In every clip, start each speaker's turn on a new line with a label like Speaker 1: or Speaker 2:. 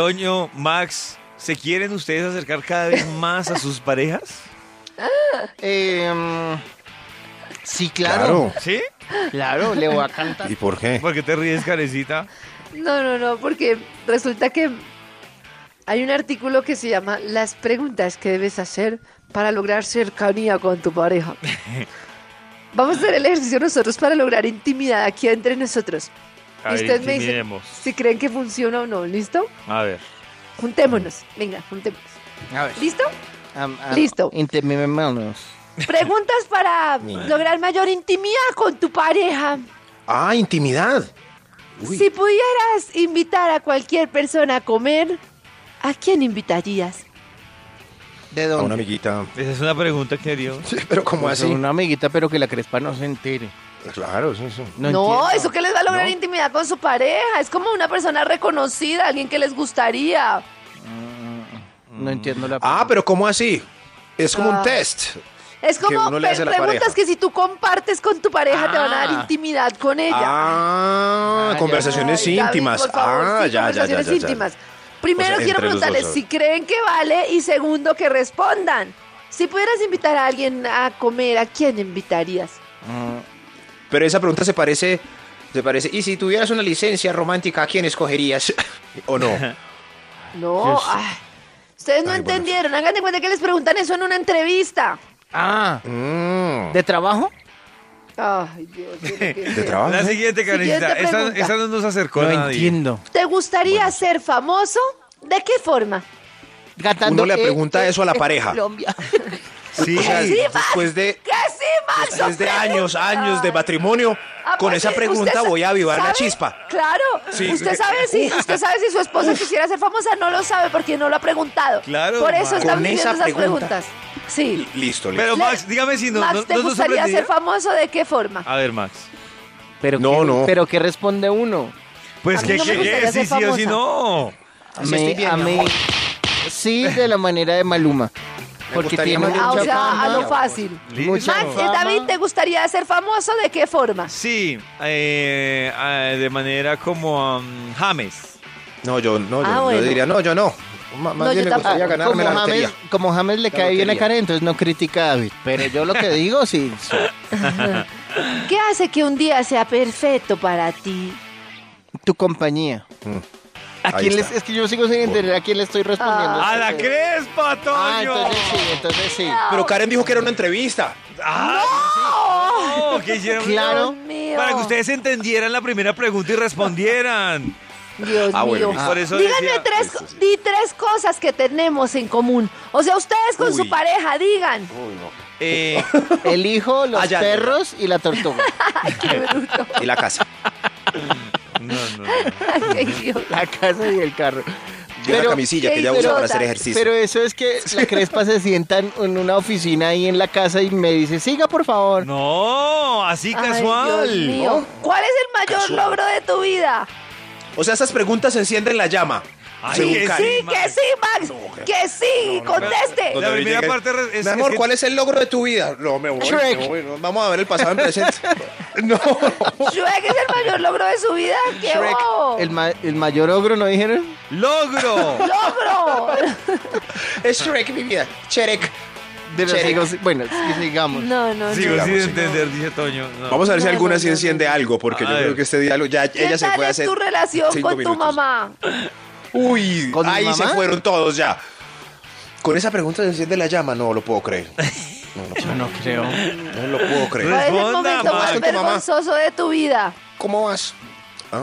Speaker 1: Toño, Max, ¿se quieren ustedes acercar cada vez más a sus parejas?
Speaker 2: Em, sí, claro.
Speaker 3: Claro.
Speaker 1: ¿Sí?
Speaker 2: Claro, le voy a cantar.
Speaker 3: ¿Y por qué?
Speaker 1: ¿Por qué te ríes, carecita?
Speaker 4: No, no, no, porque resulta que hay un artículo que se llama Las preguntas que debes hacer para lograr cercanía con tu pareja. Vamos a hacer el ejercicio nosotros para lograr intimidad aquí entre nosotros.
Speaker 1: A
Speaker 4: Y
Speaker 1: ver,
Speaker 4: usted me dice-
Speaker 1: intimidemos.
Speaker 4: Si creen que funciona o no, ¿listo?
Speaker 1: A ver.
Speaker 4: Juntémonos. Venga, juntémonos.
Speaker 2: A ver.
Speaker 4: ¿Listo?
Speaker 2: am- am-
Speaker 4: Listo.
Speaker 2: inte- mi- mi- manos.
Speaker 4: Preguntas para
Speaker 3: Mira.
Speaker 4: lograr mayor intimidad con tu pareja.
Speaker 3: Ah, intimidad. Uy.
Speaker 4: Si pudieras invitar a cualquier persona a comer, ¿a quién invitarías?
Speaker 2: ¿De
Speaker 3: A
Speaker 2: dónde?
Speaker 3: una amiguita.
Speaker 1: Esa es una pregunta que dio.
Speaker 3: Sí, pero como
Speaker 2: Pues a
Speaker 3: así.
Speaker 2: Una amiguita, pero que la crespa no se entere.
Speaker 3: Claro, sí, sí.
Speaker 2: No,
Speaker 4: No,
Speaker 2: entiendo.
Speaker 4: eso que les va a lograr
Speaker 2: No.
Speaker 4: intimidad con su pareja. Es como una persona reconocida, alguien que les gustaría.
Speaker 2: No entiendo la
Speaker 3: Ah, pero ¿cómo así? Es como
Speaker 4: Ah.
Speaker 3: un test.
Speaker 4: Es
Speaker 3: Que
Speaker 4: como
Speaker 3: uno le
Speaker 4: pe-
Speaker 3: hace a la
Speaker 4: preguntas
Speaker 3: pareja.
Speaker 4: que si tú compartes con tu pareja te van a dar
Speaker 2: Ah.
Speaker 4: intimidad con ella.
Speaker 3: Ah,
Speaker 2: Ah,
Speaker 3: conversaciones
Speaker 4: Ay, David,
Speaker 3: íntimas.
Speaker 4: por favor,
Speaker 3: ah, ya, ya,
Speaker 4: sí,
Speaker 3: ya,
Speaker 4: conversaciones
Speaker 3: ya, ya.
Speaker 4: íntimas. Primero
Speaker 3: O sea,
Speaker 4: quiero
Speaker 3: entre los dos,
Speaker 4: preguntarles
Speaker 3: a ver.
Speaker 4: si creen que vale y segundo que respondan. Si pudieras invitar a alguien a comer, ¿a quién invitarías?
Speaker 2: Mm,
Speaker 3: Pero esa pregunta se parece, se parece. Y si tuvieras una licencia romántica, ¿a quién escogerías? ¿O no?
Speaker 4: No,
Speaker 2: Yes.
Speaker 4: ay, ustedes no
Speaker 3: Ay, bueno.
Speaker 4: entendieron. Hagan de cuenta que les preguntan eso en una entrevista.
Speaker 2: Ah,
Speaker 3: Mm.
Speaker 2: ¿de trabajo?
Speaker 4: Ay, Dios. yo no
Speaker 3: ¿De
Speaker 4: quería.
Speaker 3: trabajo?
Speaker 1: La siguiente, carecita.
Speaker 4: Siguiente
Speaker 1: Esa,
Speaker 4: pregunta.
Speaker 1: esa no nos acercó
Speaker 2: no
Speaker 1: a nadie.
Speaker 2: entiendo.
Speaker 4: ¿Te gustaría ser famoso? ¿De qué forma?
Speaker 2: Cantando,
Speaker 3: Uno le
Speaker 2: eh,
Speaker 3: pregunta
Speaker 2: eh,
Speaker 3: eso a la
Speaker 2: eh,
Speaker 3: pareja.
Speaker 2: Colombia.
Speaker 3: Sí, o sea,
Speaker 4: Sí, Max.
Speaker 3: después de,
Speaker 4: ¡Que sí, Max!
Speaker 3: después de
Speaker 4: ¡Son
Speaker 3: años,
Speaker 4: preguntas!
Speaker 3: años de matrimonio,
Speaker 4: Ah,
Speaker 3: con
Speaker 4: pues
Speaker 3: esa
Speaker 4: sí,
Speaker 3: pregunta
Speaker 4: usted sa-
Speaker 3: voy a avivar la
Speaker 4: ¿sabe?
Speaker 3: chispa.
Speaker 4: Claro.
Speaker 3: Sí.
Speaker 4: Usted sabe si usted sabe si su esposa quisiera ser famosa, no lo sabe porque no lo ha preguntado.
Speaker 1: Claro,
Speaker 4: Por eso
Speaker 1: Max.
Speaker 4: están
Speaker 3: Con
Speaker 4: pidiendo
Speaker 3: esa
Speaker 4: esas
Speaker 3: pregunta.
Speaker 4: preguntas. Sí.
Speaker 3: Listo, listo.
Speaker 1: Pero
Speaker 4: Le-
Speaker 1: Max, dígame si no,
Speaker 4: Max,
Speaker 1: no-
Speaker 4: ¿te
Speaker 1: no nos
Speaker 4: gustaría ser
Speaker 1: sorprendió.
Speaker 4: famoso de qué forma?
Speaker 3: Ah,
Speaker 1: A ver, Max.
Speaker 2: Pero
Speaker 3: No,
Speaker 2: ¿qué-
Speaker 3: no.
Speaker 2: Pero ¿qué responde uno?
Speaker 1: Pues
Speaker 4: A mí
Speaker 1: que,
Speaker 4: no me
Speaker 1: que-
Speaker 4: gustaría
Speaker 1: que- sí,
Speaker 4: ser
Speaker 1: sí o sí
Speaker 4: famosa.
Speaker 1: no.
Speaker 2: A
Speaker 3: Así
Speaker 2: mí-
Speaker 3: estoy bien,
Speaker 2: a
Speaker 3: mi
Speaker 2: mí-
Speaker 3: amor.
Speaker 2: Sí, de la manera de Maluma. Porque
Speaker 3: gustaría
Speaker 2: tiene
Speaker 3: más bien
Speaker 4: Ah, o
Speaker 2: mucha
Speaker 4: sea, a
Speaker 2: fama.
Speaker 4: lo fácil.
Speaker 1: Listo.
Speaker 2: Mucha
Speaker 4: Max,
Speaker 2: fama.
Speaker 4: eh, David, ¿te gustaría ser famoso de qué forma?
Speaker 1: Sí, eh, eh, de manera como um, James.
Speaker 3: No, yo no, yo,
Speaker 4: Ah,
Speaker 3: yo
Speaker 4: bueno.
Speaker 3: diría, no, yo no. Ma-
Speaker 4: No,
Speaker 3: Más bien
Speaker 4: yo
Speaker 3: me gustaría
Speaker 4: tampoco.
Speaker 3: ganarme la
Speaker 2: como,
Speaker 3: lotería.
Speaker 2: James, como James le
Speaker 3: La
Speaker 2: cae bien a
Speaker 3: lotería.
Speaker 2: Karen, entonces no critica a David. Pero yo lo que digo, sí. sí.
Speaker 4: ¿Qué hace que un día sea perfecto para ti?
Speaker 2: Tu compañía.
Speaker 3: Mm.
Speaker 2: ¿A
Speaker 3: Ahí
Speaker 2: quién
Speaker 3: está.
Speaker 2: les, es que yo sigo sin entender a quién le estoy respondiendo.
Speaker 4: Ah.
Speaker 1: ¡A la
Speaker 2: Entonces-
Speaker 1: crespa, Toño!
Speaker 2: Ah, entonces sí, entonces sí.
Speaker 3: Pero Karen dijo que era una entrevista.
Speaker 1: ¡Ah! no, ¿qué hicieron?
Speaker 2: Claro.
Speaker 4: Dios mío.
Speaker 1: Para que ustedes entendieran la primera pregunta y respondieran.
Speaker 4: Dios
Speaker 3: Ah, bueno,
Speaker 4: mío.
Speaker 3: listo.
Speaker 1: Por eso
Speaker 4: Díganme
Speaker 1: decía-
Speaker 4: tres,
Speaker 3: Listo, sí.
Speaker 4: di tres cosas que tenemos en común. O sea, ustedes con su
Speaker 3: Uy.
Speaker 4: pareja, digan.
Speaker 1: Eh,
Speaker 2: El hijo, los
Speaker 3: Ah, ya, ya, ya.
Speaker 2: perros y la tortuga.
Speaker 3: Y la casa.
Speaker 1: no, no, no.
Speaker 4: Qué idiota.
Speaker 2: La casa y el carro.
Speaker 3: Y una camisilla que ella usa para hacer
Speaker 4: idiota.
Speaker 3: ejercicio.
Speaker 2: Pero eso es que la Crespa se sienta en- en una oficina ahí en la casa y me dice, siga por favor.
Speaker 1: No, así
Speaker 4: Ay,
Speaker 1: casual.
Speaker 4: Dios mío. ¿Cuál es el mayor
Speaker 3: Oh. Casual.
Speaker 4: logro de tu vida?
Speaker 3: O sea, esas preguntas encienden la llama.
Speaker 1: Ay,
Speaker 3: según
Speaker 1: que
Speaker 4: Que
Speaker 3: Karen.
Speaker 4: sí,
Speaker 1: Max.
Speaker 4: que sí, Max. Que sí, conteste.
Speaker 1: La
Speaker 3: Donde
Speaker 1: primera
Speaker 3: llega-
Speaker 1: parte re- es-
Speaker 3: Mi amor,
Speaker 1: es-
Speaker 3: ¿cuál es el logro de tu vida? No, me voy.
Speaker 2: Shrek.
Speaker 3: me voy, no, Vamos a ver el pasado en presente. No.
Speaker 4: Shrek es el mayor logro de su vida. ¡Qué
Speaker 2: Shrek,
Speaker 4: bobo!
Speaker 2: el, ma- el mayor ogro, ¿no dijeron?
Speaker 1: ¡Logro!
Speaker 4: ¡Logro!
Speaker 3: Es Shrek, mi vida. Shrek.
Speaker 2: De los
Speaker 3: Shrek.
Speaker 2: hijos- bueno, sí, sigamos.
Speaker 4: No, no, no.
Speaker 1: Sigo
Speaker 3: Sigamos,
Speaker 1: sin
Speaker 3: sigamos.
Speaker 1: entender, dice Toño. No.
Speaker 3: Vamos a ver si
Speaker 4: No,
Speaker 3: alguna
Speaker 4: no,
Speaker 3: sí
Speaker 4: no,
Speaker 3: enciende
Speaker 4: no.
Speaker 3: algo, porque
Speaker 1: A
Speaker 3: yo
Speaker 1: ver.
Speaker 3: creo que este diálogo ya
Speaker 4: ¿Qué
Speaker 3: ella se
Speaker 4: tal
Speaker 3: fue
Speaker 4: es
Speaker 3: hace.
Speaker 4: tu relación
Speaker 3: cinco
Speaker 4: con tu
Speaker 3: minutos.
Speaker 4: mamá?
Speaker 3: Uy,
Speaker 2: ¿Con mi
Speaker 3: ahí se
Speaker 2: mamá?
Speaker 3: fueron todos ya. Con esa pregunta se enciende la llama, no lo puedo creer.
Speaker 2: Yo no creo.
Speaker 3: No lo puedo creer.
Speaker 4: ¿Cuál es el
Speaker 1: Responda,
Speaker 4: momento
Speaker 1: Max.
Speaker 4: más
Speaker 3: Con tu mamá.
Speaker 4: vergonzoso de tu vida?
Speaker 3: ¿Cómo vas? ¿Ah?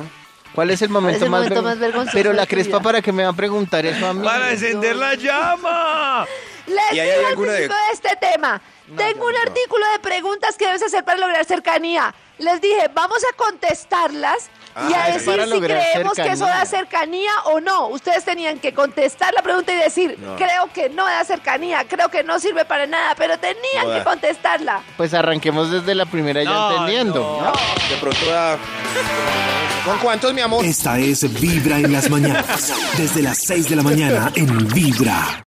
Speaker 2: ¿Cuál es el momento,
Speaker 4: el
Speaker 2: más,
Speaker 4: momento
Speaker 2: vergon-
Speaker 4: más vergonzoso
Speaker 2: Pero
Speaker 4: de
Speaker 2: la
Speaker 4: tu
Speaker 2: Crespa,
Speaker 4: vida?
Speaker 2: ¿para qué me va a preguntar eso a mí?
Speaker 1: ¡Para encender la llama!
Speaker 4: Les
Speaker 3: ¿Y ahí
Speaker 4: digo
Speaker 3: hay
Speaker 4: al
Speaker 3: alguna de-
Speaker 4: principio de... este tema. Tengo un artículo de preguntas que debes hacer para lograr cercanía. Les dije, vamos a contestarlas y a
Speaker 3: Ah, es
Speaker 4: decir
Speaker 2: para
Speaker 4: si
Speaker 2: lograr
Speaker 4: creemos que eso
Speaker 2: cercanía.
Speaker 4: da cercanía o no. Ustedes tenían que contestar la pregunta y decir,
Speaker 3: No.
Speaker 4: creo que no da cercanía, creo que no sirve para nada, pero tenían
Speaker 3: No
Speaker 4: que
Speaker 3: da.
Speaker 4: contestarla.
Speaker 2: Pues arranquemos desde la primera ya
Speaker 1: No,
Speaker 2: entendiendo.
Speaker 1: no.
Speaker 3: De pronto da- ¿Con cuántos, mi amor?
Speaker 5: Esta es Vibra en las mañanas. Desde las 6 de la mañana en Vibra.